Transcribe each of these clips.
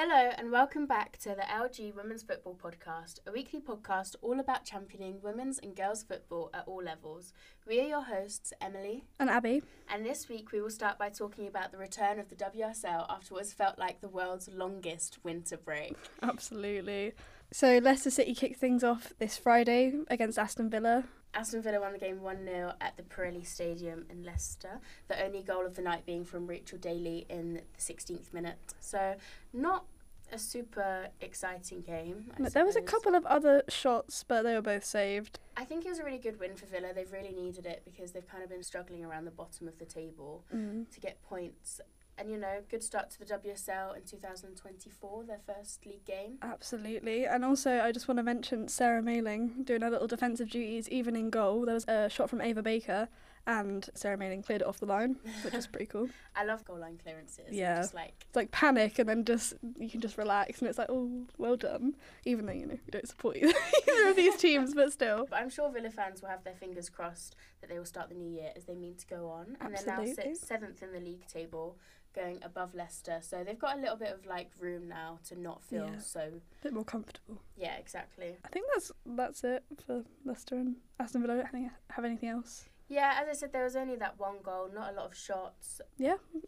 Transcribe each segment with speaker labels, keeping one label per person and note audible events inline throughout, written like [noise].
Speaker 1: Hello, and welcome back to the LG Women's Football Podcast, a weekly podcast all about championing women's and girls' football at all levels. We are your hosts, Emily,
Speaker 2: And Abby.
Speaker 1: and this week we will start by talking about the return of the WSL after what has felt like the world's longest winter break.
Speaker 2: Absolutely. So Leicester City kicked things off this Friday against Aston Villa.
Speaker 1: Aston Villa won the game 1 0 at the Pirelli Stadium in Leicester, the only goal of the night being from Rachel Daly in the 16th minute. So, not a super exciting game. I
Speaker 2: But there was a
Speaker 1: suppose.
Speaker 2: couple of other shots, but they were both saved.
Speaker 1: I think it was a really good win for Villa. They've really needed it because they've kind of been struggling around the bottom of the table
Speaker 2: Mm.
Speaker 1: to get points. And you know, good start to the WSL in 2024, their first league game.
Speaker 2: Absolutely. And also, I just want to mention Sarah Mailing doing her little defensive duties, even in goal. There was a shot from Ava Baker, and Sarah Mailing cleared it off the line, which is pretty cool.
Speaker 1: I love goal line clearances. I'm
Speaker 2: Yeah.
Speaker 1: Just like
Speaker 2: It's like panic, and then just you can just relax, and it's like, oh, well done. Even though you know you don't support [laughs] either either of these teams, but still.
Speaker 1: But I'm sure Villa fans will have their fingers crossed that they will start the new year as they mean to go on. And they're now
Speaker 2: Absolutely.
Speaker 1: sit seventh in the league table, going above Leicester. So they've got a little bit of like room now to not feel
Speaker 2: Yeah.
Speaker 1: so.
Speaker 2: A bit more comfortable.
Speaker 1: Yeah, exactly.
Speaker 2: I think that's that's it for Leicester and Aston Villa. I don't think I have anything else.
Speaker 1: Yeah, as I said, there was only that one goal, not a lot of shots.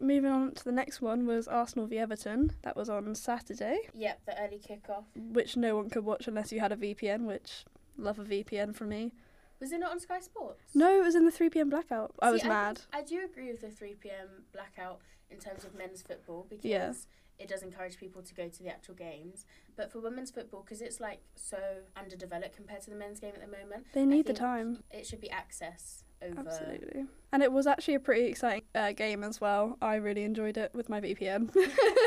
Speaker 2: Moving on to the next one was Arsenal v Everton. That was on Saturday,
Speaker 1: Yep, the early kickoff.
Speaker 2: which no one could watch unless you had a VPN. Which love a VPN for me.
Speaker 1: Was it not on Sky Sports?
Speaker 2: No, it was in the 3 p.m. blackout. I
Speaker 1: See,
Speaker 2: was
Speaker 1: I
Speaker 2: mad.
Speaker 1: I do agree with the 3 p.m. blackout in terms of men's football because
Speaker 2: Yeah.
Speaker 1: it does encourage people to go to the actual games. But for women's football, because it's like so underdeveloped compared to the men's game at the moment,
Speaker 2: They need the
Speaker 1: think
Speaker 2: time.
Speaker 1: it should be access over.
Speaker 2: Absolutely. And it was actually a pretty exciting uh, game as well. I really enjoyed it with my VPN. [laughs]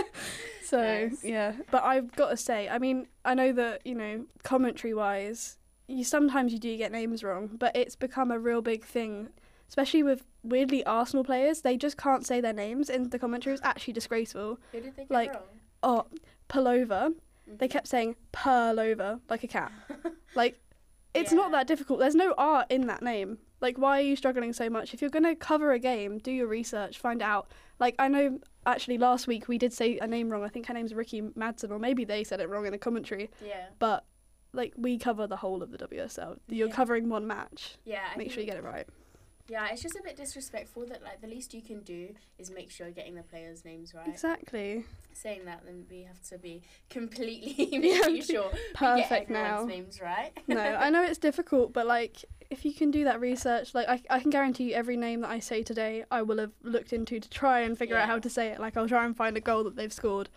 Speaker 2: so,
Speaker 1: Nice.
Speaker 2: yeah. But I've got to say, I mean, I know that, you know, commentary wise, you sometimes you do get names wrong, but it's become a real big thing, especially with weirdly Arsenal players. They just can't say their names in the commentary. It's actually disgraceful.
Speaker 1: Who did they get
Speaker 2: Like,
Speaker 1: wrong?
Speaker 2: Oh, Palova. They
Speaker 1: Mhm.
Speaker 2: kept saying Perlova, like a cat. Like, it's not
Speaker 1: Yeah.
Speaker 2: that difficult. There's no art in that name. Like, why are you struggling so much? If you're going to cover a game, do your research, find out. Like, I know actually last week we did say a name wrong. I think her name's Ricky Madsen, or maybe they said it wrong in the commentary.
Speaker 1: [laughs] Yeah.
Speaker 2: But, like, we cover the whole of the WSL. You're
Speaker 1: Yeah.
Speaker 2: covering one match.
Speaker 1: Yeah. I
Speaker 2: Make sure you
Speaker 1: think-
Speaker 2: get it right.
Speaker 1: Yeah, it's just a bit disrespectful that like the least you can do is make sure you're getting the players' names right.
Speaker 2: Exactly.
Speaker 1: Saying that, then we have to be [laughs]
Speaker 2: [laughs]
Speaker 1: completely
Speaker 2: Yeah,
Speaker 1: making sure we get everyone's
Speaker 2: Perfect now.
Speaker 1: names right.
Speaker 2: no, I know it's difficult, but, like, if you can do that research, like, I, I can guarantee you every name that I say today, I will have looked into to try and figure
Speaker 1: Yeah.
Speaker 2: out how to say it. Like, I'll try and find a goal that they've scored.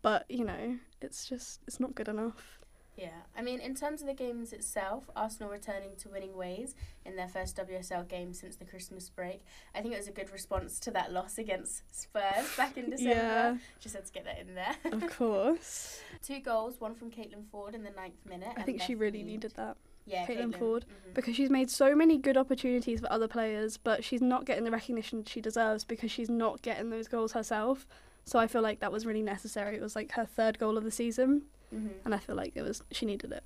Speaker 2: But, you know, it's just, it's not good enough.
Speaker 1: Yeah, I mean, in terms of the games itself, Arsenal returning to winning ways in their first WSL game since the Christmas break. I think it was a good response to that loss against Spurs back in December.
Speaker 2: [laughs] Yeah,
Speaker 1: Just had to get that in there. [laughs]
Speaker 2: of [laughs] course.
Speaker 1: Two goals, one from Caitlin Ford in the ninth minute.
Speaker 2: I
Speaker 1: and
Speaker 2: think she
Speaker 1: Beth
Speaker 2: really
Speaker 1: Mead.
Speaker 2: needed that
Speaker 1: yeah,
Speaker 2: Caitlin Ford
Speaker 1: mhm.
Speaker 2: because she's made so many good opportunities for other players, but she's not getting the recognition she deserves because she's not getting those goals herself. So I feel like that was really necessary. It was like her third goal of the season,
Speaker 1: Mhm.
Speaker 2: and I feel like it was she needed it.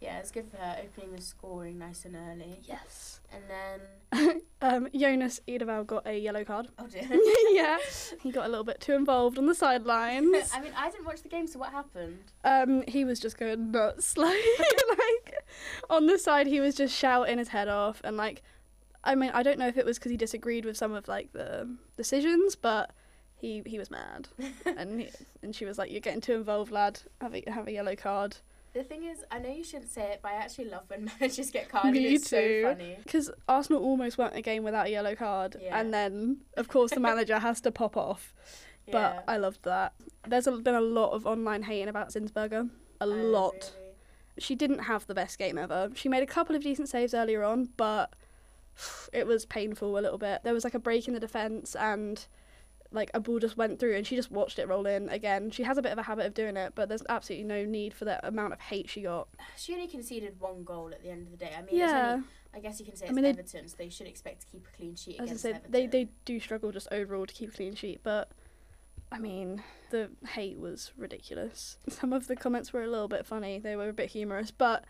Speaker 1: Yeah, it's good for her opening the scoring nice and early.
Speaker 2: Yes.
Speaker 1: And then,
Speaker 2: Um, Jonas Edeval got a
Speaker 1: [laughs]
Speaker 2: yellow card.
Speaker 1: oh dear.
Speaker 2: [laughs] yeah, he got a little bit too involved on the sidelines.
Speaker 1: [laughs] I mean, I didn't watch the game, so what happened? [laughs]
Speaker 2: Um, he was just going nuts, [laughs] like, like on the side, he was just shouting his head off, and like, I mean, I don't know if it was because he disagreed with some of like the decisions, but he he
Speaker 1: [laughs]
Speaker 2: was mad, and he, and she was like, "You're getting too involved, lad. Have a have a yellow card."
Speaker 1: The thing is, I know you shouldn't say it, but I actually love when [laughs] managers get carded.
Speaker 2: Me
Speaker 1: it's
Speaker 2: too.
Speaker 1: so funny.
Speaker 2: Because Arsenal almost won a game without a yellow card,
Speaker 1: Yeah.
Speaker 2: and then of course the manager has to pop off.
Speaker 1: Yeah.
Speaker 2: But I loved that. There's a, been a lot of online hating about Zinsberger, a
Speaker 1: Oh,
Speaker 2: lot.
Speaker 1: really?
Speaker 2: she didn't have the best game ever. She made a couple of decent saves earlier on, but [sighs] it was painful a little bit. There was like a break in the defense and like a ball just went through and she just watched it roll in again. She has a bit of a habit of doing it, but there's absolutely no need for the amount of hate she got.
Speaker 1: She only conceded one goal at the end of the day. I mean, it's
Speaker 2: yeah,
Speaker 1: only, I guess you can say
Speaker 2: I
Speaker 1: it's
Speaker 2: mean, they-
Speaker 1: Everton, so they should expect to keep a clean sheet
Speaker 2: as I
Speaker 1: against
Speaker 2: said,
Speaker 1: Everton.
Speaker 2: they they do struggle just overall to keep a clean sheet, but I mean, the [laughs] hate was ridiculous. Some of the comments were a little bit funny. They were a bit humorous, but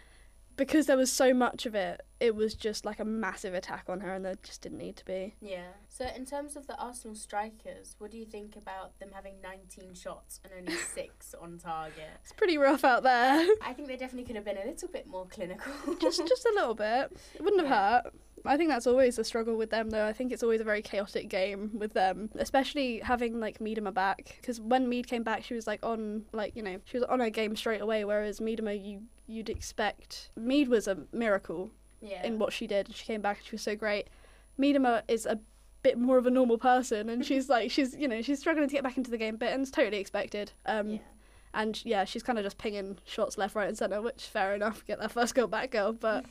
Speaker 2: because there was so much of it, it was just like a massive attack on her, and there just didn't need to be.
Speaker 1: Yeah. So in terms of the Arsenal strikers, what do you think about them having 19 shots and
Speaker 2: [laughs]
Speaker 1: only six on target?
Speaker 2: It's pretty rough out there. [laughs]
Speaker 1: I think they definitely could have been a little bit more clinical.
Speaker 2: just just a little bit. It wouldn't have hurt. I think that's always the struggle with them, though. I think it's always a very chaotic game with them, especially having like Miedema back. Because when Mead came back, she was like on like you know she was on her game straight away. Whereas Miedema, you you'd expect Mead was a miracle
Speaker 1: [laughs] yeah.
Speaker 2: in what she did, and she came back and she was so great. Miedema is a bit more of a normal person, and she's like she's you know she's struggling to get back into the game, but and it's totally expected. Um,
Speaker 1: Yeah.
Speaker 2: and yeah, she's kind of just pinging shots left, right, and centre, which fair enough, get that first goal back girl. [laughs] But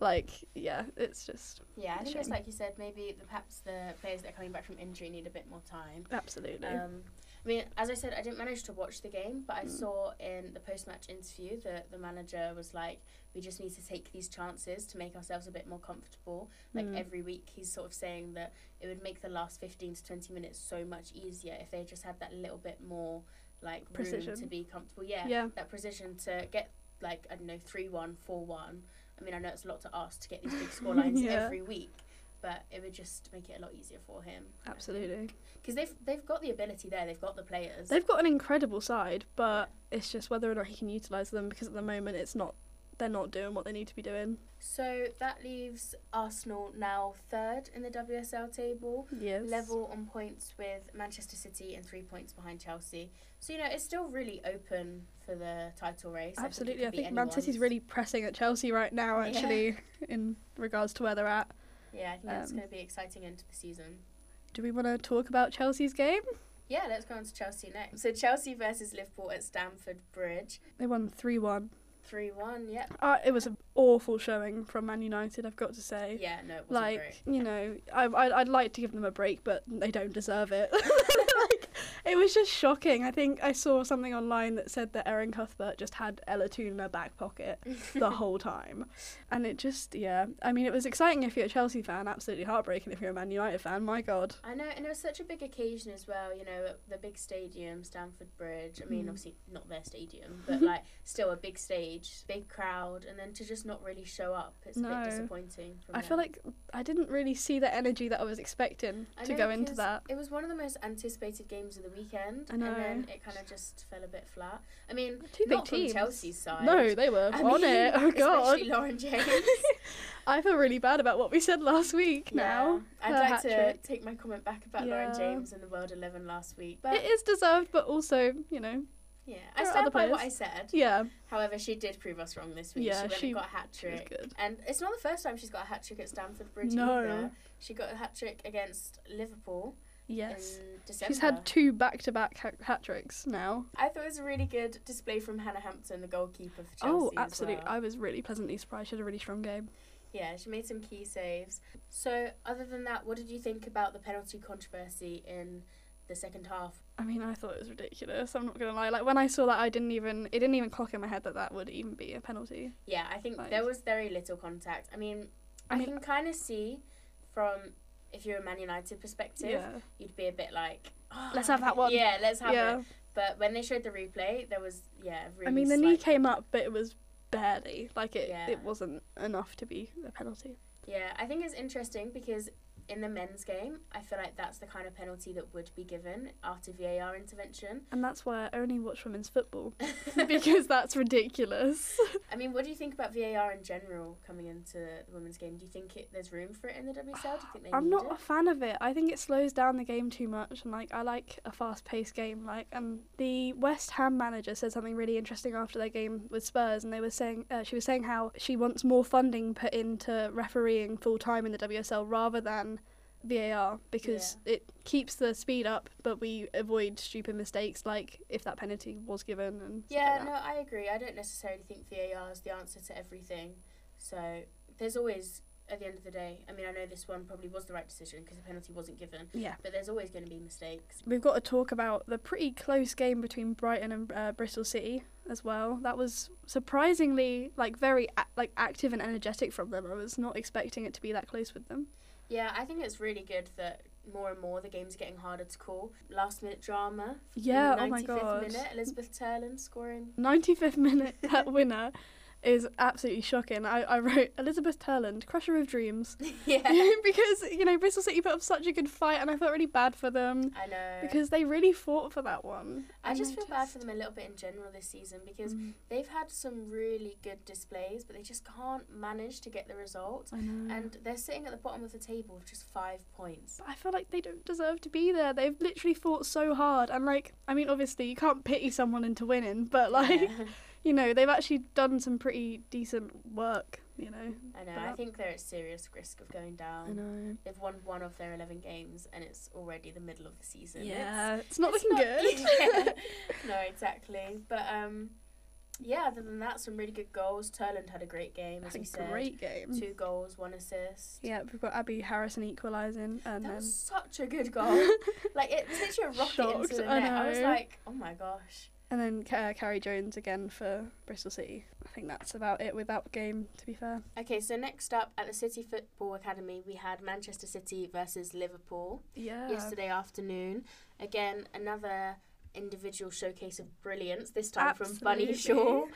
Speaker 2: like, yeah, it's just
Speaker 1: Yeah, I think it's
Speaker 2: Shame.
Speaker 1: like you said, maybe the, perhaps the players that are coming back from injury need a bit more time.
Speaker 2: absolutely
Speaker 1: Um, I mean, as I said, I didn't manage to watch the game,
Speaker 2: Mm.
Speaker 1: but I saw in the post-match interview that the manager was like, "We just need to take these chances to make ourselves a bit more comfortable." Like
Speaker 2: Mm.
Speaker 1: every week, he's sort of saying that it would make the last fifteen to twenty minutes so much easier if they just had that little bit more, like, room to
Speaker 2: Precision.
Speaker 1: be comfortable.
Speaker 2: Yeah.
Speaker 1: that precision to get like I don't know three one four one. I mean, I know it's a lot to ask to get these
Speaker 2: [laughs]
Speaker 1: big score lines
Speaker 2: Yeah.
Speaker 1: every week, but it would just make it a lot easier for him. I think.
Speaker 2: absolutely.
Speaker 1: Because they've they've got the ability there. They've got the players.
Speaker 2: They've got an incredible side, but it's just whether or not he can utilize them because at the moment it's not they're not doing what they need to be doing.
Speaker 1: so that leaves Arsenal now third in the WSL table,
Speaker 2: Yes,
Speaker 1: level on points with Manchester City and three points behind Chelsea. So you know it's still really open for the title race.
Speaker 2: absolutely. I
Speaker 1: it could be
Speaker 2: think Man City's
Speaker 1: anyone's.
Speaker 2: really pressing at Chelsea right now,
Speaker 1: Yeah.
Speaker 2: actually, in regards to where they're at.
Speaker 1: Yeah, I think it's
Speaker 2: um,
Speaker 1: going to be exciting into the season.
Speaker 2: Do we want to talk about Chelsea's game?
Speaker 1: Yeah, let's go on to Chelsea next. So Chelsea versus Liverpool at Stamford Bridge,
Speaker 2: They won three one.
Speaker 1: three one. Yeah,
Speaker 2: Uh, it was an awful showing from Man United, I've got to say.
Speaker 1: yeah. No, it wasn't
Speaker 2: like
Speaker 1: great.
Speaker 2: you know I, I, i'd like to give them a break but they don't deserve it [laughs] like it was just shocking i think i saw something online that said that erin cuthbert just had ella Toon in her back
Speaker 1: [laughs]
Speaker 2: pocket the whole time and it just yeah i mean it was exciting if you're a chelsea fan absolutely heartbreaking if you're a man united fan my god
Speaker 1: I know, and it was such a big occasion as well. You know, the big stadium, Stamford Bridge. I mean,
Speaker 2: Mm.
Speaker 1: obviously not their stadium, but
Speaker 2: [laughs]
Speaker 1: like still a big stage, big crowd, and then to just not really show up, it's a
Speaker 2: No.
Speaker 1: bit disappointing. From
Speaker 2: i feel
Speaker 1: them.
Speaker 2: like i didn't really see the energy that i was expecting
Speaker 1: I
Speaker 2: to
Speaker 1: know,
Speaker 2: go into
Speaker 1: 'cause
Speaker 2: that
Speaker 1: It was one of the most anticipated games of the weekend,
Speaker 2: I know.
Speaker 1: and then it kind of just fell a bit flat. I mean,
Speaker 2: Two
Speaker 1: not
Speaker 2: big
Speaker 1: from
Speaker 2: teams.
Speaker 1: Chelsea's side.
Speaker 2: no they were
Speaker 1: I
Speaker 2: on
Speaker 1: mean,
Speaker 2: it oh god
Speaker 1: Especially
Speaker 2: [laughs]
Speaker 1: Lauren James.
Speaker 2: i feel really bad about what we said last week now
Speaker 1: Yeah. I'd
Speaker 2: Her
Speaker 1: like
Speaker 2: hat
Speaker 1: to
Speaker 2: trick.
Speaker 1: take my comment back about Lauren
Speaker 2: Yeah.
Speaker 1: James and the World Eleven last week, but
Speaker 2: it is deserved, but also, you know,
Speaker 1: yeah,
Speaker 2: there
Speaker 1: I
Speaker 2: are
Speaker 1: stand
Speaker 2: other
Speaker 1: by what I
Speaker 2: players.
Speaker 1: said.
Speaker 2: yeah,
Speaker 1: However, she did prove us wrong this week. she
Speaker 2: Yeah,
Speaker 1: went
Speaker 2: she-
Speaker 1: and got a hat
Speaker 2: she was
Speaker 1: trick.
Speaker 2: good.
Speaker 1: And it's not the first time she's got a hat trick at Stamford Bridge
Speaker 2: No.
Speaker 1: either. She got a hat trick against Liverpool
Speaker 2: Yes.
Speaker 1: in December.
Speaker 2: She's had two back to back hat tricks now.
Speaker 1: I thought it was a really good display from Hannah Hampton, the goalkeeper for Chelsea.
Speaker 2: Oh,
Speaker 1: as
Speaker 2: absolutely.
Speaker 1: well.
Speaker 2: I was really pleasantly surprised. She had a really strong game.
Speaker 1: Yeah, she made some key saves. So, other than that, what did you think about the penalty controversy in the second half?
Speaker 2: I mean, I thought it was ridiculous. I'm not going to lie. Like, when I saw that, I didn't even, it didn't even clock in my head that that would even be a penalty.
Speaker 1: Yeah, I think
Speaker 2: Like-
Speaker 1: there was very little contact. I mean, I,
Speaker 2: I mean-
Speaker 1: can kind of see from if you're a Man United perspective,
Speaker 2: Yeah.
Speaker 1: you'd be a bit like, "Oh,
Speaker 2: Let's have that one."
Speaker 1: Yeah, let's have
Speaker 2: yeah.
Speaker 1: it. But when they showed the replay, there was yeah. Really
Speaker 2: I mean, the knee
Speaker 1: slight-
Speaker 2: came up, but it was barely. Like, it,
Speaker 1: Yeah.
Speaker 2: it wasn't enough to be a penalty.
Speaker 1: Yeah, I think it's interesting because in the men's game, I feel like that's the kind of penalty that would be given after VAR intervention.
Speaker 2: And that's why I only watch women's football, [laughs] because that's ridiculous.
Speaker 1: [laughs]
Speaker 2: [laughs]
Speaker 1: I mean, what do you think about VAR in general coming into the women's game? Do you think it, there's room for it in the WSL? Do you think they
Speaker 2: I'm
Speaker 1: need
Speaker 2: not
Speaker 1: it?
Speaker 2: a fan of it. I think it slows down the game too much, and like I like a fast-paced game. Like, and the West Ham manager said something really interesting after their game with Spurs, and they were saying uh, she was saying how she wants more funding put into refereeing full time in the WSL rather than VAR because it keeps the speed up, but we avoid stupid mistakes like if that penalty was given and stuff
Speaker 1: Yeah,
Speaker 2: like that.
Speaker 1: no, I agree. I don't necessarily think VAR is the answer to everything. So there's always, at the end of the day, I mean, I know this one probably was the right decision because the penalty wasn't given,
Speaker 2: yeah.
Speaker 1: but there's always going to be mistakes.
Speaker 2: We've got to talk about the pretty close game between Brighton and uh, Bristol City as well. That was surprisingly like very a- like active and energetic from them. I was not expecting it to be that close with them.
Speaker 1: Yeah, I think it's really good that more and more the game's getting harder to call. Last minute drama. in the
Speaker 2: Yeah. Oh my
Speaker 1: 95th [laughs]
Speaker 2: god.
Speaker 1: minute, Elizabeth Turlin scoring.
Speaker 2: Ninety fifth minute that winner. is absolutely shocking. I, I wrote Elizabeth Turland, Crusher
Speaker 1: [laughs]
Speaker 2: of Dreams. [laughs]
Speaker 1: yeah,
Speaker 2: because, you know, Bristol City put up such a good fight and I felt really bad for them
Speaker 1: I know.
Speaker 2: because they really fought for that one.
Speaker 1: I
Speaker 2: And
Speaker 1: just
Speaker 2: I Mm.
Speaker 1: feel bad
Speaker 2: just-
Speaker 1: for them a little bit in general this season because they've had some really good displays, but they just can't manage to get the result.
Speaker 2: I know.
Speaker 1: And they're sitting at the bottom of the table with just five points.
Speaker 2: I feel like they don't deserve to be there. They've literally fought so hard. And, like, I mean, obviously, you can't pity someone into winning, but, [laughs] like,
Speaker 1: Yeah.
Speaker 2: [laughs] you know, they've actually done some pretty decent work, you know.
Speaker 1: I know.
Speaker 2: But
Speaker 1: I
Speaker 2: that-
Speaker 1: think they're at serious risk of going down.
Speaker 2: know.
Speaker 1: They've won one of their eleven games, and it's already the middle of the season.
Speaker 2: Yeah, it's,
Speaker 1: it's,
Speaker 2: not
Speaker 1: it's
Speaker 2: looking [laughs] good.
Speaker 1: [laughs] yeah. No, exactly. But um, yeah. Other than that, some really good goals. Turland had a great game, as
Speaker 2: That's
Speaker 1: you
Speaker 2: a
Speaker 1: said.
Speaker 2: great game.
Speaker 1: Two goals, one assist.
Speaker 2: Yeah, we've got Abby Harrison equalising, and
Speaker 1: That
Speaker 2: then
Speaker 1: was such a
Speaker 2: [laughs]
Speaker 1: good goal. like it was literally a rocket
Speaker 2: Shocked,
Speaker 1: into the
Speaker 2: I
Speaker 1: net. I, was
Speaker 2: know.
Speaker 1: like, oh my gosh.
Speaker 2: and then Ca- uh, Carrie Jones again for Bristol City. I think that's about it with that game. To be fair,
Speaker 1: Okay, so next up at the City Football Academy, we had Manchester City versus Liverpool
Speaker 2: yeah,
Speaker 1: yesterday afternoon. Again, another individual showcase of brilliance. This time from
Speaker 2: Absolutely.
Speaker 1: Bunny Shaw.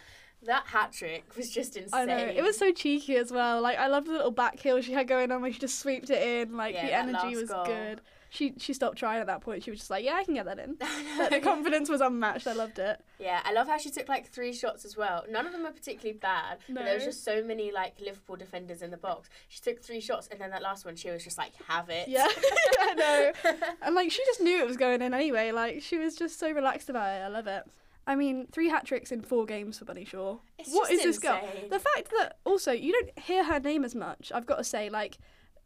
Speaker 1: That hat trick was just insane.
Speaker 2: I know
Speaker 1: [laughs]
Speaker 2: it was so cheeky as well. Like I loved the little back heel she had going on where she just sweeped it in. Like
Speaker 1: Yeah,
Speaker 2: the
Speaker 1: that
Speaker 2: energy
Speaker 1: last
Speaker 2: was
Speaker 1: goal.
Speaker 2: good. She she stopped trying at that point. She was just like, yeah, I can get
Speaker 1: [laughs]
Speaker 2: that in.
Speaker 1: I
Speaker 2: But the
Speaker 1: know.
Speaker 2: confidence was unmatched. I loved it.
Speaker 1: Yeah, I love how she took like three shots as well. None of them are particularly bad, but there was
Speaker 2: No.
Speaker 1: just so many like Liverpool defenders in the box. She took three shots, and then that last one, she was just like, "Have it."
Speaker 2: Yeah, [laughs] I know. And like she just knew it was going in anyway. Like she was just so relaxed about it. I love it. I mean, three hat tricks in four games for Bunny Shaw.
Speaker 1: [laughs] It's
Speaker 2: What
Speaker 1: just
Speaker 2: is this girl?
Speaker 1: insane.
Speaker 2: The fact that also you don't hear her name as much. I've got to say, like,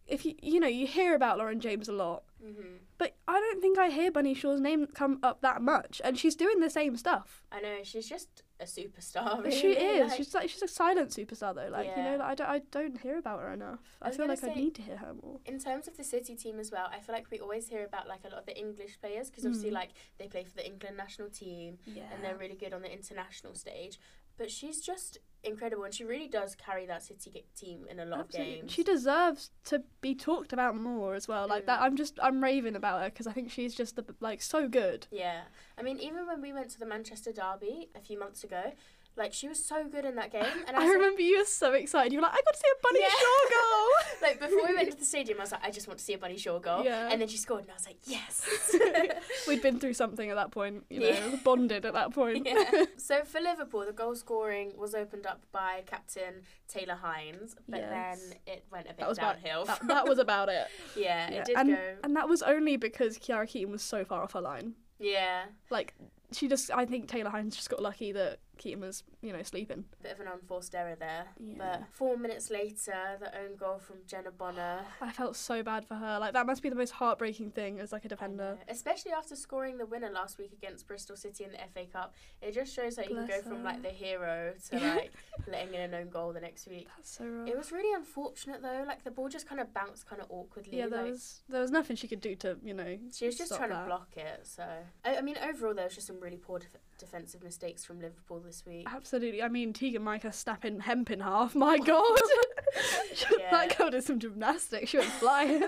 Speaker 2: if you you know you hear about Lauren James a lot,
Speaker 1: hmm
Speaker 2: but I don't think I hear Bunny Shaw's name come up that much. And she's doing the same stuff.
Speaker 1: I know she's just a superstar. [laughs] Really.
Speaker 2: She is.
Speaker 1: Like,
Speaker 2: she's like she's a silent superstar though. Like you
Speaker 1: Yeah.
Speaker 2: know, like, I don't I don't hear about her enough.
Speaker 1: I
Speaker 2: I
Speaker 1: was
Speaker 2: feel
Speaker 1: gonna
Speaker 2: like I
Speaker 1: say-
Speaker 2: need to hear her more.
Speaker 1: in terms of the City team as well, I feel like we always hear about like a lot of the English players because obviously
Speaker 2: Mm.
Speaker 1: like they play for the England national team
Speaker 2: Yeah.
Speaker 1: and they're really good on the international stage. But she's just incredible and she really does carry that City ge- team in a lot
Speaker 2: Absolutely.
Speaker 1: of games.
Speaker 2: She deserves to be talked about more as well. Like that,
Speaker 1: Mm.
Speaker 2: I'm just I'm raving about her because I think she's just the, like so good.
Speaker 1: Yeah. I mean, even when we went to the Manchester derby a few months ago, like she was so good in that game.
Speaker 2: [laughs]
Speaker 1: And I,
Speaker 2: I
Speaker 1: was
Speaker 2: remember you were so excited. You were like, I got to see a Bunny
Speaker 1: Yeah.
Speaker 2: Shaw
Speaker 1: [laughs] Like, like before we
Speaker 2: [laughs]
Speaker 1: went to the stadium, I was like, I just want to see a bunny Shaw goal.
Speaker 2: Yeah.
Speaker 1: And then she scored, and I was like, yes.
Speaker 2: [laughs]
Speaker 1: [laughs]
Speaker 2: goal. We'd been through something at that point, you know,
Speaker 1: Yeah.
Speaker 2: [laughs] bonded at that point.
Speaker 1: yeah. So for Liverpool, the goal scoring was opened up by captain Taylor Hines, but
Speaker 2: Yes.
Speaker 1: then it went a bit
Speaker 2: That was about-
Speaker 1: downhill.
Speaker 2: [laughs] that, that was about it.
Speaker 1: [laughs] yeah,
Speaker 2: Yeah.
Speaker 1: it did
Speaker 2: and
Speaker 1: go.
Speaker 2: and that was only because Kiara Keaton was so far off her line.
Speaker 1: Yeah,
Speaker 2: Like she just, I think Taylor Hines just got lucky that Keaton was, you know, sleeping.
Speaker 1: bit of an unforced error there.
Speaker 2: Yeah.
Speaker 1: But four minutes later, the own goal from Jenna Bonner.
Speaker 2: [sighs] I felt so bad for her. Like that must be the most heartbreaking thing as like a defender.
Speaker 1: Especially after scoring the winner last week against Bristol City in the FA Cup, it just shows how you can go
Speaker 2: Bless
Speaker 1: from
Speaker 2: her.
Speaker 1: like the hero to
Speaker 2: [laughs]
Speaker 1: like letting in an own goal the next week.
Speaker 2: That's so rough.
Speaker 1: It was really unfortunate though. Like the ball just kind of bounced kind of awkwardly.
Speaker 2: Yeah, there
Speaker 1: like,
Speaker 2: was there was nothing she could do to you know.
Speaker 1: She was just
Speaker 2: stop
Speaker 1: trying
Speaker 2: that.
Speaker 1: to block it. So I, I mean, overall there was just some really poor def- defensive mistakes from Liverpool this week.
Speaker 2: Ah. Absolutely, I mean Tegan Micah snapping hemp in half. [laughs]
Speaker 1: [laughs]
Speaker 2: My God,
Speaker 1: Yeah.
Speaker 2: that girl did some gymnastics.
Speaker 1: [laughs]
Speaker 2: She went flying.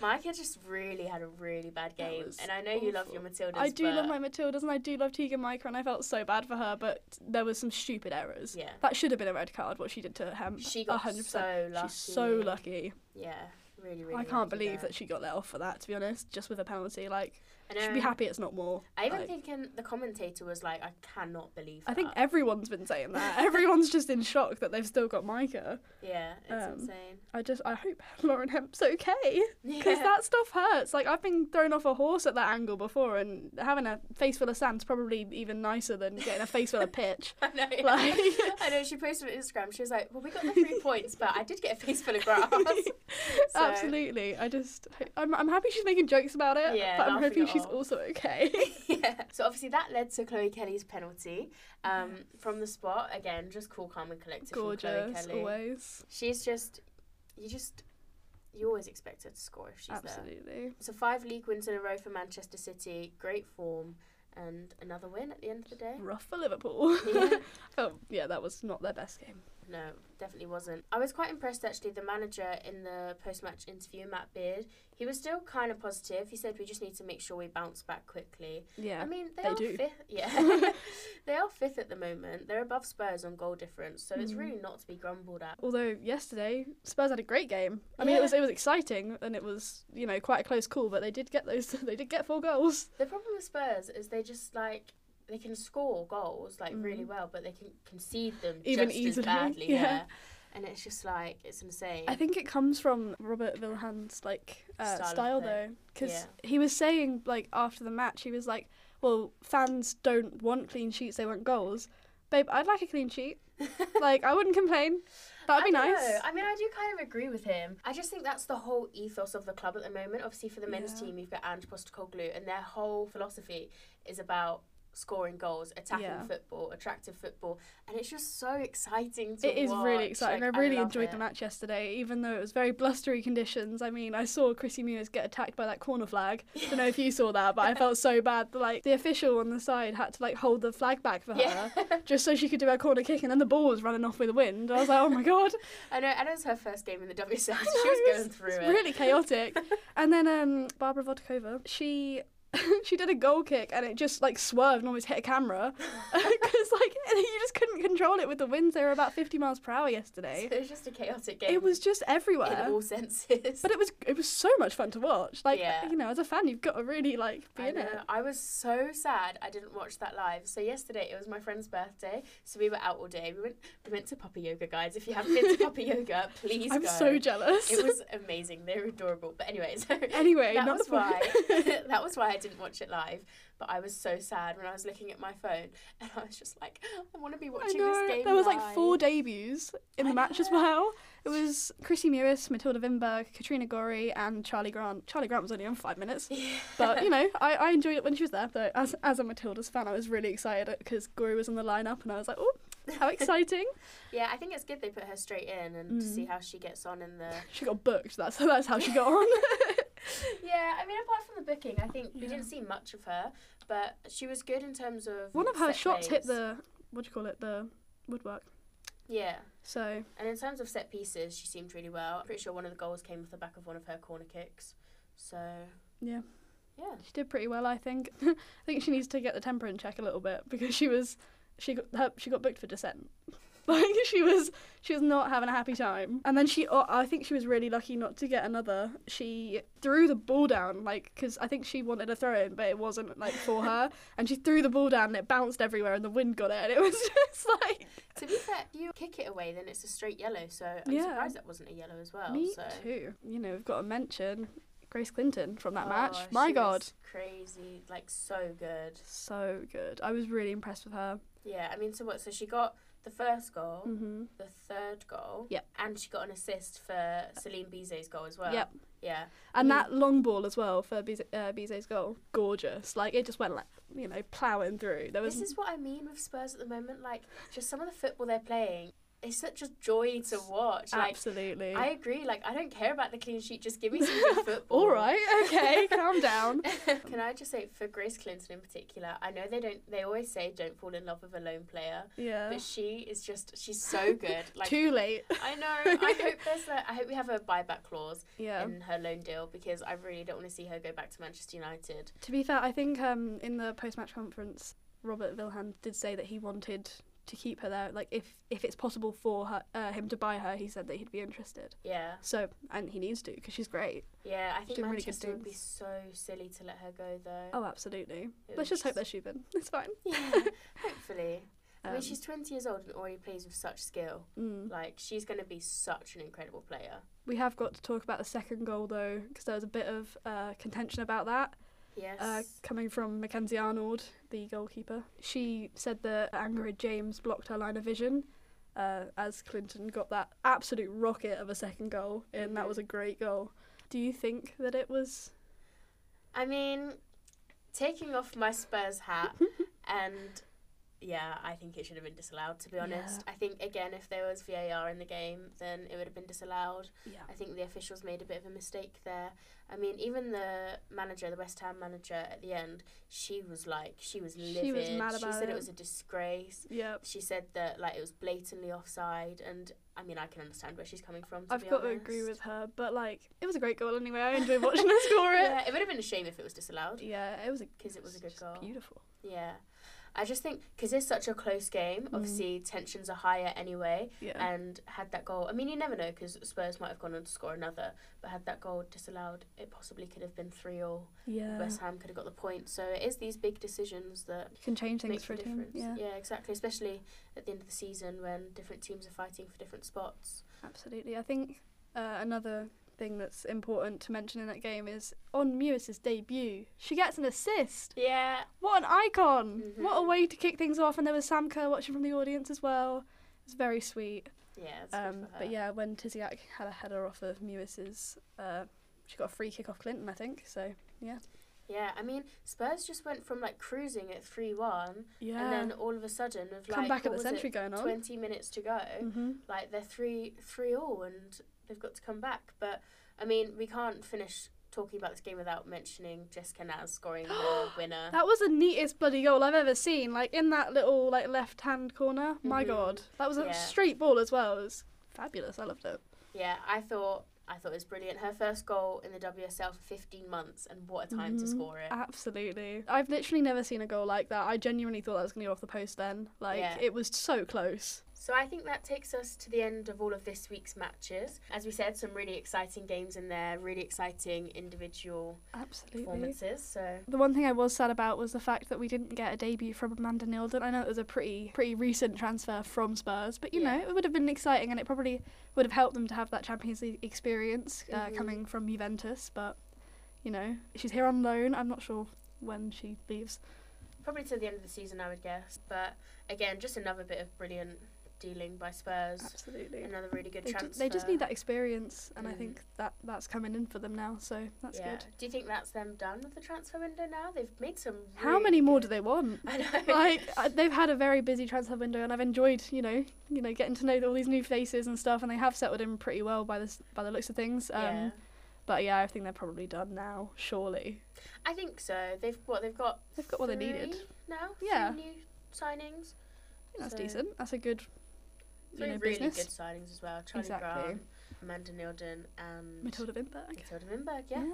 Speaker 1: Micah just really had a really bad
Speaker 2: That
Speaker 1: game,
Speaker 2: was
Speaker 1: and I know you love your Matildas.
Speaker 2: I do love
Speaker 1: but
Speaker 2: my Matildas and I do love Tegan Micah, and I felt so bad for her, but there was some stupid errors.
Speaker 1: Yeah.
Speaker 2: That should have been a red card. What she did to hemp.
Speaker 1: She got
Speaker 2: 100%.
Speaker 1: so lucky.
Speaker 2: She's so lucky.
Speaker 1: Yeah, really, really.
Speaker 2: I can't
Speaker 1: lucky
Speaker 2: believe
Speaker 1: there.
Speaker 2: that she got let off for that. To be honest, just with a penalty, like
Speaker 1: I
Speaker 2: she'd
Speaker 1: know.
Speaker 2: be happy it's not more.
Speaker 1: um, I even
Speaker 2: like-
Speaker 1: think uh, in the commentator was like, "I cannot believe."
Speaker 2: I think
Speaker 1: that."
Speaker 2: everyone's been
Speaker 1: [laughs]
Speaker 2: saying that. Everyone's just in shock that they've still got Micah.
Speaker 1: yeah, it's
Speaker 2: um,
Speaker 1: insane. [laughs]
Speaker 2: I just I hope [laughs] Lauren Hemp's okay because
Speaker 1: Yeah.
Speaker 2: that stuff hurts. Like I've been thrown off a horse at that angle before, and having a face full of sand's probably even nicer than getting a face
Speaker 1: [laughs]
Speaker 2: full of pitch.
Speaker 1: I know.
Speaker 2: [laughs] like-
Speaker 1: [laughs] I know. She posted on Instagram. She was like, "Well, we got the three points, but I did get a face full of grass." [laughs] So,
Speaker 2: [laughs] Absolutely, I just ho- I'm I'm happy she's making jokes about it,
Speaker 1: Yeah,
Speaker 2: but I'm
Speaker 1: laughing
Speaker 2: hoping
Speaker 1: it
Speaker 2: she's
Speaker 1: off.
Speaker 2: also okay.
Speaker 1: yeah. So obviously that led to Chloe Kelly's penalty um, from the spot. Again, just cool, calm, and collected from Chloe
Speaker 2: [laughs] Gorgeous,
Speaker 1: Kelly.
Speaker 2: always.
Speaker 1: She's just, you just, you always expect her to score if she's there.
Speaker 2: Absolutely.
Speaker 1: So five league wins in a row for Manchester City. Great form, and another win at the end of the day.
Speaker 2: Rough for Liverpool. [laughs]
Speaker 1: Yeah.
Speaker 2: oh yeah, that was not their best game.
Speaker 1: No, definitely wasn't. I was quite impressed actually. The manager in the post match interview, Matt Beard, he was still kind of positive. He said, We just need to make sure we bounce back quickly.
Speaker 2: Yeah.
Speaker 1: I mean, they,
Speaker 2: they
Speaker 1: are
Speaker 2: do.
Speaker 1: fifth.
Speaker 2: [laughs]
Speaker 1: Yeah. [laughs] they are fifth at the moment. They're above Spurs on goal difference, so it's
Speaker 2: Mhm.
Speaker 1: really not to be grumbled at.
Speaker 2: Although yesterday Spurs had a great game. I mean, it was
Speaker 1: Yeah.
Speaker 2: it was exciting and it was you know quite a close call, but they did get those. [laughs] They did get four goals.
Speaker 1: The problem with Spurs is they just like. They can score goals like really
Speaker 2: Mhm.
Speaker 1: well, but they can concede them
Speaker 2: Even
Speaker 1: just
Speaker 2: easily,
Speaker 1: as badly.
Speaker 2: [laughs] yeah.
Speaker 1: Yeah. and it's just like it's insane. [laughs]
Speaker 2: I think it comes from Robert Wilhan's like uh,
Speaker 1: Style
Speaker 2: style,
Speaker 1: of
Speaker 2: though,
Speaker 1: play.
Speaker 2: because
Speaker 1: Yeah.
Speaker 2: he was saying like after the match, he was like, "Well, fans don't want clean sheets; they want goals." Babe, I'd like a
Speaker 1: [laughs]
Speaker 2: clean sheet. like I wouldn't complain. That'd
Speaker 1: I
Speaker 2: be
Speaker 1: don't
Speaker 2: nice.
Speaker 1: know. I mean, I do kind of agree with him. I just think that's the whole ethos of the club at the moment. Obviously, for the men's
Speaker 2: Yeah.
Speaker 1: team, you've got Ange Postecoglou, and their whole philosophy is about scoring goals, attacking
Speaker 2: Yeah.
Speaker 1: football, attractive football, and it's just so exciting to
Speaker 2: It is
Speaker 1: watch.
Speaker 2: really exciting.
Speaker 1: Like,
Speaker 2: I really
Speaker 1: love
Speaker 2: enjoyed
Speaker 1: it.
Speaker 2: the match yesterday, even though it was very blustery conditions. I mean, I saw Chrissy Mears get attacked by that corner flag. Don't know if you saw
Speaker 1: [laughs]
Speaker 2: that, but I felt so bad. that, Like the official on the side had to like hold the flag back for
Speaker 1: Yeah.
Speaker 2: her
Speaker 1: [laughs]
Speaker 2: just so she could do her corner kick, and then the ball was running off with the wind. I was like, oh my god,
Speaker 1: [laughs] I know, and it was her first game in the WSL.
Speaker 2: [laughs]
Speaker 1: she
Speaker 2: know,
Speaker 1: was
Speaker 2: [laughs] it
Speaker 1: going through
Speaker 2: it's
Speaker 1: it.
Speaker 2: really chaotic. and then um, Barbara Vodkova, she. [laughs] she did a goal kick and it just like swerved and almost hit
Speaker 1: [laughs]
Speaker 2: a camera [laughs] because like [laughs] you just couldn't control it with the winds. They were about 50 miles per hour
Speaker 1: [laughs]
Speaker 2: yesterday.
Speaker 1: So it was just a chaotic game.
Speaker 2: It was just
Speaker 1: in
Speaker 2: everywhere.
Speaker 1: all senses.
Speaker 2: But it was it was so much fun to watch. Like
Speaker 1: Yeah.
Speaker 2: you know, as a fan, you've got to really like be
Speaker 1: I
Speaker 2: in
Speaker 1: know.
Speaker 2: it.
Speaker 1: I was so sad I didn't watch that live. So yesterday it was my friend's birthday, so we were out all day. We went we went to Papa Yoga, guys. If you haven't been
Speaker 2: [laughs]
Speaker 1: to Papa Yoga, please
Speaker 2: I'm
Speaker 1: go.
Speaker 2: so jealous. [laughs]
Speaker 1: it was amazing. They're adorable. But anyway, so
Speaker 2: anyway,
Speaker 1: that
Speaker 2: not
Speaker 1: was
Speaker 2: the point.
Speaker 1: why
Speaker 2: [laughs]
Speaker 1: that was why [laughs] I didn't watch it live. But I was so sad when I was looking at my phone [laughs] and I was just like, I want to be
Speaker 2: I
Speaker 1: watching this
Speaker 2: know.
Speaker 1: game.
Speaker 2: There was like four
Speaker 1: live.
Speaker 2: debuts in the
Speaker 1: I
Speaker 2: match as
Speaker 1: know.
Speaker 2: well. It was Chrissy Mewis, Matilda Vinberg, Katrina Gorry, and Charlie Grant. Charlie Grant was only on five minutes,
Speaker 1: [laughs] Yeah.
Speaker 2: but you know, I, I enjoyed it when she was there. Though, as as a Matilda's fan, I was really excited because Gorry was on the lineup, and I was like, oh,
Speaker 1: [laughs]
Speaker 2: how exciting!
Speaker 1: Yeah, I think it's good they put her straight in and to
Speaker 2: Mm.
Speaker 1: see how she gets on in the
Speaker 2: she got booked. That's [laughs] that's how she got
Speaker 1: [laughs]
Speaker 2: on.
Speaker 1: Yeah, I mean, apart from the booking, I think we
Speaker 2: Yeah.
Speaker 1: didn't see much of her, but she was good in terms of
Speaker 2: One of her
Speaker 1: set
Speaker 2: shots hit
Speaker 1: plays.
Speaker 2: the what do you call it the woodwork.
Speaker 1: yeah,
Speaker 2: So
Speaker 1: and in terms of set pieces, she seemed really well. I'm pretty sure one of the goals came off the back of one of her corner kicks, so
Speaker 2: yeah,
Speaker 1: yeah,
Speaker 2: she did pretty well. I think. [laughs] I think she needs to get the temper in check a little bit because she was she got her, she got booked for dissent. [laughs] Like she was she was not having a happy time. And then she oh, I think she was really lucky not to get another. She threw the ball down like because I think she wanted a throw in, but it wasn't like for
Speaker 1: [laughs]
Speaker 2: her. And she threw the ball down and it bounced everywhere and the wind got it and it was [laughs] just like
Speaker 1: To be fair, if you kick it away, then it's a straight yellow. So I'm
Speaker 2: Yeah.
Speaker 1: surprised that wasn't a yellow as well.
Speaker 2: me
Speaker 1: so.
Speaker 2: too. You know we've got to mention Grace Clinton from that
Speaker 1: Oh,
Speaker 2: match. My
Speaker 1: she
Speaker 2: God.
Speaker 1: was crazy, like so good.
Speaker 2: So good. I was really impressed with her.
Speaker 1: Yeah, I mean, so what? So she got the first goal,
Speaker 2: Mm-hmm.
Speaker 1: the third goal,
Speaker 2: Yep.
Speaker 1: and she got an assist for Celine Bizet's goal as well.
Speaker 2: Yep.
Speaker 1: Yeah.
Speaker 2: And
Speaker 1: I mean-
Speaker 2: that long ball as well for Bizet's uh, Bizet's goal. Gorgeous. Like, it just went, like, you know, ploughing through. There was.
Speaker 1: This is what I mean with Spurs at the moment. Like, just some of the football they're playing is such a joy to watch. Like,
Speaker 2: absolutely.
Speaker 1: I agree. Like, I don't care about the clean sheet. Just give me
Speaker 2: [laughs]
Speaker 1: some good football.
Speaker 2: All right. Okay. calm down.
Speaker 1: [laughs] Can I just say for Grace Clinton in particular? I know they don't. They always say don't fall in love with a lone player,
Speaker 2: Yeah.
Speaker 1: but she is just. She's
Speaker 2: [laughs]
Speaker 1: so good. Like. [laughs]
Speaker 2: Too late.
Speaker 1: I know.
Speaker 2: [laughs]
Speaker 1: I hope there's a. I hope we have a buyback clause
Speaker 2: Yeah.
Speaker 1: in her loan deal because I really don't want to see her go back to Manchester United.
Speaker 2: to be fair, I think um, in the post match conference, Robert Vilhan did say that he wanted to keep her there. Like, if, if it's possible for her, uh, him to buy her, he said that he'd be interested.
Speaker 1: Yeah,
Speaker 2: So, and he needs to because she's great.
Speaker 1: yeah. I think
Speaker 2: doing really good
Speaker 1: Manchester would be so silly to let her go though.
Speaker 2: Oh, absolutely.
Speaker 1: It
Speaker 2: Let's
Speaker 1: would
Speaker 2: just hope they're stupid. It's fine. [laughs]
Speaker 1: Yeah, hopefully. I
Speaker 2: Um,
Speaker 1: mean, she's 20 years old and already plays with such skill.
Speaker 2: mm.
Speaker 1: Like, she's going to be such an incredible player.
Speaker 2: We have got to talk about the second goal though, because there was a bit of uh, contention about that
Speaker 1: Yes.
Speaker 2: uh, coming from Mackenzie Arnold, the goalkeeper. She said that Angerid James blocked her line of vision. Uh, as Clinton got that absolute rocket of a second goal, and that
Speaker 1: Mhm.
Speaker 2: was a great goal. Do you think that it was? [laughs]
Speaker 1: I mean, taking off my Spurs hat and yeah, I think it should have been disallowed. To be
Speaker 2: Yeah.
Speaker 1: honest, I think again, if there was VAR in the game, then it would have been disallowed.
Speaker 2: Yeah.
Speaker 1: I think the officials made a bit of a mistake there. I mean, even the manager, the West Ham manager at the end, she was like, she was
Speaker 2: She was
Speaker 1: livid. She,
Speaker 2: mad about
Speaker 1: said
Speaker 2: it.
Speaker 1: it was a disgrace.
Speaker 2: Yep.
Speaker 1: She said that like it was blatantly offside, and I mean, I can understand where she's coming from. To
Speaker 2: I've
Speaker 1: be
Speaker 2: got
Speaker 1: honest.
Speaker 2: to agree
Speaker 1: [laughs]
Speaker 2: with her, but like it was a great goal anyway. I enjoyed watching her score it.
Speaker 1: Yeah, it would have been a shame if it was disallowed.
Speaker 2: Yeah, it was a
Speaker 1: 'Cause it was a good
Speaker 2: just
Speaker 1: goal.
Speaker 2: Beautiful.
Speaker 1: Yeah. I just think because it's such a close game,
Speaker 2: Mm.
Speaker 1: obviously tensions are higher anyway.
Speaker 2: Yeah.
Speaker 1: And had that goal, I mean, you never know because Spurs might have gone on to score another, but had that goal disallowed, it possibly could have been 3 0.
Speaker 2: yeah.
Speaker 1: West Ham could have got the point. So it is these big decisions that
Speaker 2: Can change
Speaker 1: make
Speaker 2: things for a
Speaker 1: the
Speaker 2: team.
Speaker 1: difference.
Speaker 2: Yeah.
Speaker 1: exactly. Especially at the end of the season when different teams are fighting for different spots.
Speaker 2: Absolutely. I think uh, another thing that's important to mention in that game is on Mewis' debut, she gets an assist.
Speaker 1: Yeah.
Speaker 2: What an icon!
Speaker 1: Mhm.
Speaker 2: What a way to kick things off. And there was Sam Kerr watching from the audience as well. It's very sweet.
Speaker 1: Yeah. It's
Speaker 2: Um,
Speaker 1: good for her.
Speaker 2: but yeah, when Tiziak had a header off of Mewis's, uh, she got a free kick off Clinton, I think. So
Speaker 1: Yeah, I mean, Spurs just went from like cruising at 3 1,
Speaker 2: yeah,
Speaker 1: and then all of a sudden, with
Speaker 2: come
Speaker 1: like
Speaker 2: back at
Speaker 1: what was
Speaker 2: the century going
Speaker 1: it,
Speaker 2: on.
Speaker 1: 20 minutes to go,
Speaker 2: Mm-hmm.
Speaker 1: like they're 3 3 all and they've got to come back. But I mean, we can't finish talking about this game without mentioning Jessica Naz scoring the
Speaker 2: [gasps]
Speaker 1: winner.
Speaker 2: That was the neatest bloody goal I've ever seen. Like in that little like left hand corner. My
Speaker 1: Mhm.
Speaker 2: god, that was a
Speaker 1: Yeah.
Speaker 2: straight ball as well. It was fabulous. I loved it.
Speaker 1: Yeah, I thought I thought it was brilliant. Her first goal in the WSL for 15 months, and what a time to
Speaker 2: Mhm.
Speaker 1: score it.
Speaker 2: Absolutely. I've literally never seen a goal like that. I genuinely thought that was gonna go off the post. Then like
Speaker 1: Yeah.
Speaker 2: it was so close.
Speaker 1: So I think that takes us to the end of all of this week's matches. As we said, some really exciting games in there, really exciting individual
Speaker 2: Absolutely.
Speaker 1: performances. So
Speaker 2: The one thing I was sad about was the fact that we didn't get a debut from Amanda Nilden. I know it was a pretty pretty recent transfer from Spurs, but you
Speaker 1: Yeah.
Speaker 2: know it would have been exciting and it probably would have helped them to have that Champions League experience uh,
Speaker 1: Mhm.
Speaker 2: coming from Juventus. But you know she's here on loan. I'm not sure when she leaves.
Speaker 1: probably to the end of the season, I would guess. But again, just another bit of brilliant dealing by Spurs.
Speaker 2: Absolutely.
Speaker 1: Another really good
Speaker 2: They, ju-
Speaker 1: transfer.
Speaker 2: they just need that experience, and I
Speaker 1: Mm.
Speaker 2: think that that's coming in for them now. So that's
Speaker 1: yeah.
Speaker 2: good.
Speaker 1: Do you think that's them done with the transfer window now? They've made some.
Speaker 2: How
Speaker 1: really
Speaker 2: many more do
Speaker 1: good-
Speaker 2: they want?
Speaker 1: [laughs] I know.
Speaker 2: like I- um, they've had a very busy transfer window, and I've enjoyed, you know, you know, getting to know all these new faces and stuff, and they have settled in pretty well by this by the looks of things. Um,
Speaker 1: yeah.
Speaker 2: But yeah, I think they're probably done now. Surely
Speaker 1: I think so. They've what they've got.
Speaker 2: They've got what they needed.
Speaker 1: three now.
Speaker 2: Yeah.
Speaker 1: Three new signings.
Speaker 2: I think that's
Speaker 1: So-
Speaker 2: decent. That's a good, you
Speaker 1: Three
Speaker 2: know,
Speaker 1: really
Speaker 2: business.
Speaker 1: good signings as well. Charlie
Speaker 2: Exactly.
Speaker 1: Brown, Amanda Nilden, and
Speaker 2: Matilda Vimberg.
Speaker 1: Matilda Wimberg. Yeah.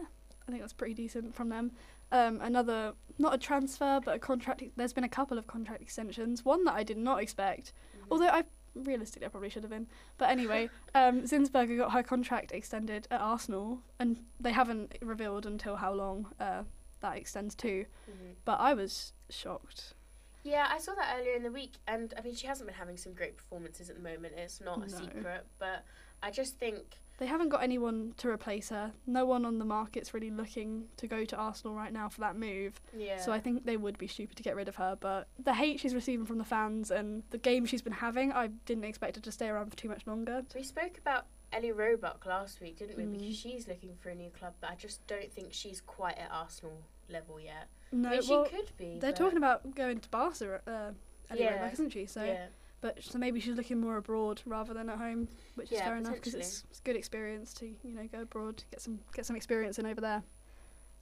Speaker 2: I think that's pretty decent from them. Um, another, not a transfer, but a contract. There's been a couple of contract extensions. One that I did not expect,
Speaker 1: Mhm.
Speaker 2: although I realistically I probably should have been.
Speaker 1: [laughs]
Speaker 2: But anyway, um, Zinsberger got her contract extended at Arsenal, and they haven't revealed until how long uh, that extends to.
Speaker 1: Mhm.
Speaker 2: But I was shocked.
Speaker 1: Yeah, I saw that earlier in the week, and I mean, she hasn't been having some great performances at the moment. It's not
Speaker 2: No.
Speaker 1: a secret, but I just think
Speaker 2: They haven't got anyone to replace her. No one on the market's really looking to go to Arsenal right now for that move.
Speaker 1: yeah.
Speaker 2: So I think they would be stupid to get rid of her, but the hate she's receiving from the fans and the game she's been having, I didn't expect her to stay around for too much longer.
Speaker 1: we spoke about Ellie Roebuck last week, didn't we?
Speaker 2: Mhm.
Speaker 1: Because she's looking for a new club, but I just don't think she's quite at Arsenal level yet.
Speaker 2: No,
Speaker 1: I mean,
Speaker 2: well,
Speaker 1: she could be.
Speaker 2: they're
Speaker 1: but-
Speaker 2: talking about going to Barca, uh, anyway,
Speaker 1: Yeah.
Speaker 2: like, isn't she? So,
Speaker 1: yeah.
Speaker 2: but so maybe she's looking more abroad rather than at home, which is
Speaker 1: Yeah,
Speaker 2: fair enough because
Speaker 1: potentially.
Speaker 2: it's, it's good experience to you know go abroad, get some get some experience in over there.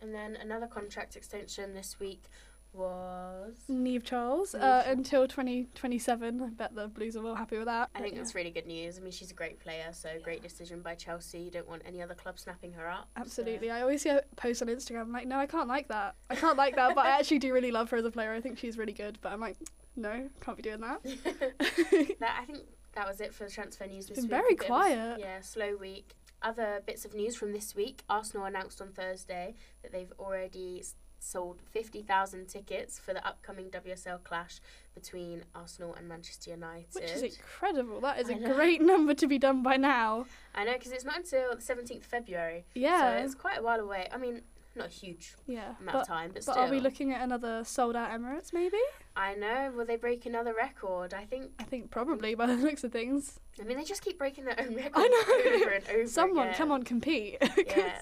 Speaker 1: And then another contract extension this week was.
Speaker 2: Neve Charles
Speaker 1: Neve
Speaker 2: uh,
Speaker 1: Charles.
Speaker 2: until twenty twenty seven. I bet the Blues are well happy with that.
Speaker 1: I
Speaker 2: but
Speaker 1: think
Speaker 2: yeah.
Speaker 1: that's really good news. I mean, she's a great player, so great decision by Chelsea. You don't want any other club snapping her
Speaker 2: [laughs]
Speaker 1: up. so-
Speaker 2: Absolutely. I always see her post on Instagram. I'm like, no, I can't like that. I can't like that. But I actually do really love her as a player. I think she's really good. But I'm like, no, can't be doing that.
Speaker 1: that, I think that was it for the transfer news this
Speaker 2: been
Speaker 1: week.
Speaker 2: very
Speaker 1: It was-
Speaker 2: quiet.
Speaker 1: yeah, slow week. Other bits of news from this week Arsenal announced on Thursday that they've already s- sold 50,000 tickets for the upcoming WSL clash between Arsenal and Manchester United.
Speaker 2: Which is incredible. That is a
Speaker 1: I know.
Speaker 2: great [laughs] number to be done by now.
Speaker 1: I know, because it's not until the 17th of February. So
Speaker 2: Yeah.
Speaker 1: it's quite a while away. I mean, not a huge
Speaker 2: yeah.
Speaker 1: amount of
Speaker 2: But,
Speaker 1: time, but,
Speaker 2: but
Speaker 1: still.
Speaker 2: are we looking at another sold out Emirates maybe?
Speaker 1: I know. Will they break another record? I think.
Speaker 2: I think probably by [laughs] the looks of things.
Speaker 1: I mean, they just keep breaking their own [laughs] records
Speaker 2: know.
Speaker 1: over and over.
Speaker 2: [laughs] Someone,
Speaker 1: again.
Speaker 2: come on, compete. [laughs] 'Cause-
Speaker 1: Yeah.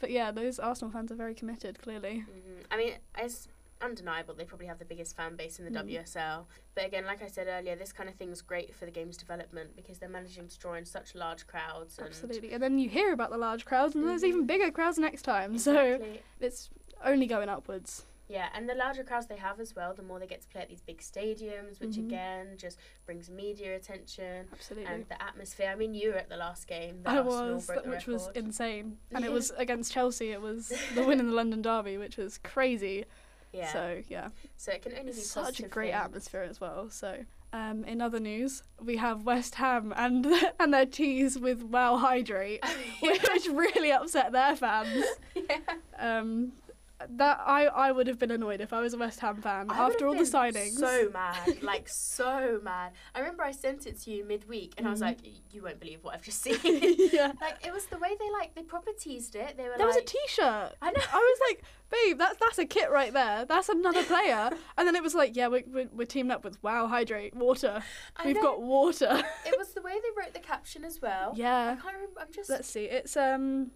Speaker 2: But yeah, those Arsenal fans are very committed, clearly.
Speaker 1: Mhm. I Mm-hmm. mean, it's undeniable. They probably have the biggest fan base in the
Speaker 2: Mm.
Speaker 1: WSL. But again, like I said earlier, this kind of thing is great for the game's development because they're managing to draw in such large crowds. And
Speaker 2: Absolutely. And then you hear about the large crowds, and there's
Speaker 1: Mhm.
Speaker 2: even bigger crowds next time. So
Speaker 1: Exactly.
Speaker 2: it's only going upwards.
Speaker 1: Yeah, and the larger crowds they have as well, the more they get to play at these big stadiums, which
Speaker 2: Mhm.
Speaker 1: again just brings media attention
Speaker 2: Absolutely.
Speaker 1: and the atmosphere. I mean, you were at the last game. That
Speaker 2: I
Speaker 1: Arsenal
Speaker 2: was,
Speaker 1: broke the
Speaker 2: which was
Speaker 1: record.
Speaker 2: insane. And it
Speaker 1: Yeah.
Speaker 2: was against Chelsea. It was
Speaker 1: [laughs]
Speaker 2: the win in the London Derby, which was crazy.
Speaker 1: yeah. So,
Speaker 2: So yeah,
Speaker 1: it can only be
Speaker 2: such a
Speaker 1: positive
Speaker 2: great
Speaker 1: things.
Speaker 2: atmosphere as well. So um, in other news, we have West Ham and [laughs] and their teas with
Speaker 1: [laughs]
Speaker 2: Wow Hydrate, [laughs] which really upset their fans. Um, that I, I would have been annoyed if I was a West Ham fan
Speaker 1: I
Speaker 2: after all
Speaker 1: would've
Speaker 2: the
Speaker 1: been
Speaker 2: signings.
Speaker 1: So mad, like so mad. I remember I sent it to you midweek, and I was
Speaker 2: Mhm.
Speaker 1: like, "Y- "You won't believe what I've just seen." [laughs]
Speaker 2: [laughs] yeah.
Speaker 1: like it was the way they like they proper teased it. They were
Speaker 2: There was a
Speaker 1: like,
Speaker 2: T-shirt.
Speaker 1: I know.
Speaker 2: I was like, babe, that's that's a kit right there. That's
Speaker 1: [laughs]
Speaker 2: another player. And then it was like, yeah, we're we're, we're teaming up with Wow Hydrate Water.
Speaker 1: I
Speaker 2: We've
Speaker 1: know.
Speaker 2: got water.
Speaker 1: It was the way they wrote the caption as well. I
Speaker 2: [laughs] yeah.
Speaker 1: can't remember. I'm just.
Speaker 2: Let's see. It's um,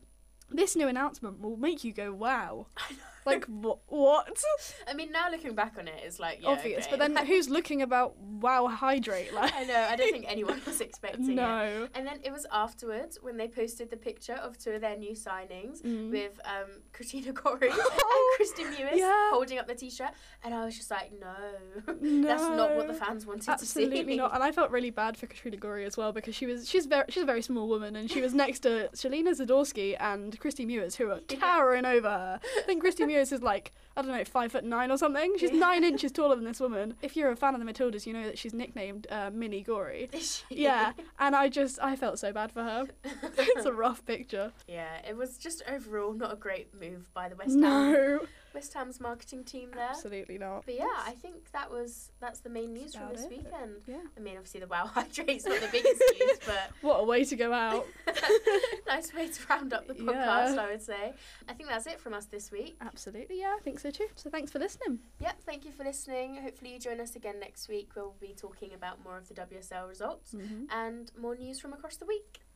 Speaker 2: this new announcement will make you
Speaker 1: [laughs]
Speaker 2: go wow.
Speaker 1: I know.
Speaker 2: [laughs] Like what? What?
Speaker 1: I mean, now looking back on it, it's like yeah,
Speaker 2: Obvious. But
Speaker 1: okay. [laughs]
Speaker 2: then who's looking about wow hydrate? Like
Speaker 1: I know. I don't think
Speaker 2: [laughs]
Speaker 1: anyone was expecting it.
Speaker 2: no.
Speaker 1: And then it was afterwards when they posted the picture of two of their new signings
Speaker 2: Mm.
Speaker 1: with um, Christina
Speaker 2: [laughs]
Speaker 1: Corey and
Speaker 2: Oh,
Speaker 1: Kristen Mewis
Speaker 2: yeah.
Speaker 1: holding up the t-shirt, and I was just like, no, [laughs] that's not what the
Speaker 2: No.
Speaker 1: fans wanted to
Speaker 2: Absolutely
Speaker 1: see. [laughs]
Speaker 2: not. And I felt really bad for Katrina Gori as well because she was she's very she's a very small woman and she was next
Speaker 1: [laughs]
Speaker 2: to Shalina Zadorsky and Christy Mewers who are
Speaker 1: Yeah.
Speaker 2: towering over her. I think
Speaker 1: [laughs]
Speaker 2: Christy Mewers is like, I don't know, five foot nine or something. She's
Speaker 1: Yeah. [laughs]
Speaker 2: nine inches taller than this woman. If you're a fan of the Matildas, you know that she's nicknamed uh, Minnie Gory.
Speaker 1: Is she? [laughs]
Speaker 2: Yeah. And I just I felt so bad for her. it's a rough picture.
Speaker 1: yeah, it was just overall not a great move by the West Ham
Speaker 2: No.
Speaker 1: West Ham's marketing team there.
Speaker 2: Absolutely not.
Speaker 1: But yeah, I think that was that's the main news from
Speaker 2: about
Speaker 1: this
Speaker 2: it.
Speaker 1: weekend.
Speaker 2: Yeah.
Speaker 1: I mean, obviously the Wow [laughs] Hydrate's not the
Speaker 2: [laughs]
Speaker 1: biggest news, but [laughs]
Speaker 2: What a way to go out.
Speaker 1: nice way to round up the
Speaker 2: Yeah.
Speaker 1: podcast, I would say. I think that's it from us this week.
Speaker 2: Absolutely, yeah, I think so too. So thanks for listening.
Speaker 1: Yep, thank you for listening. Hopefully, you join us again Mm-hmm. next week where we'll be talking about more of the WSL results and more news from across the week.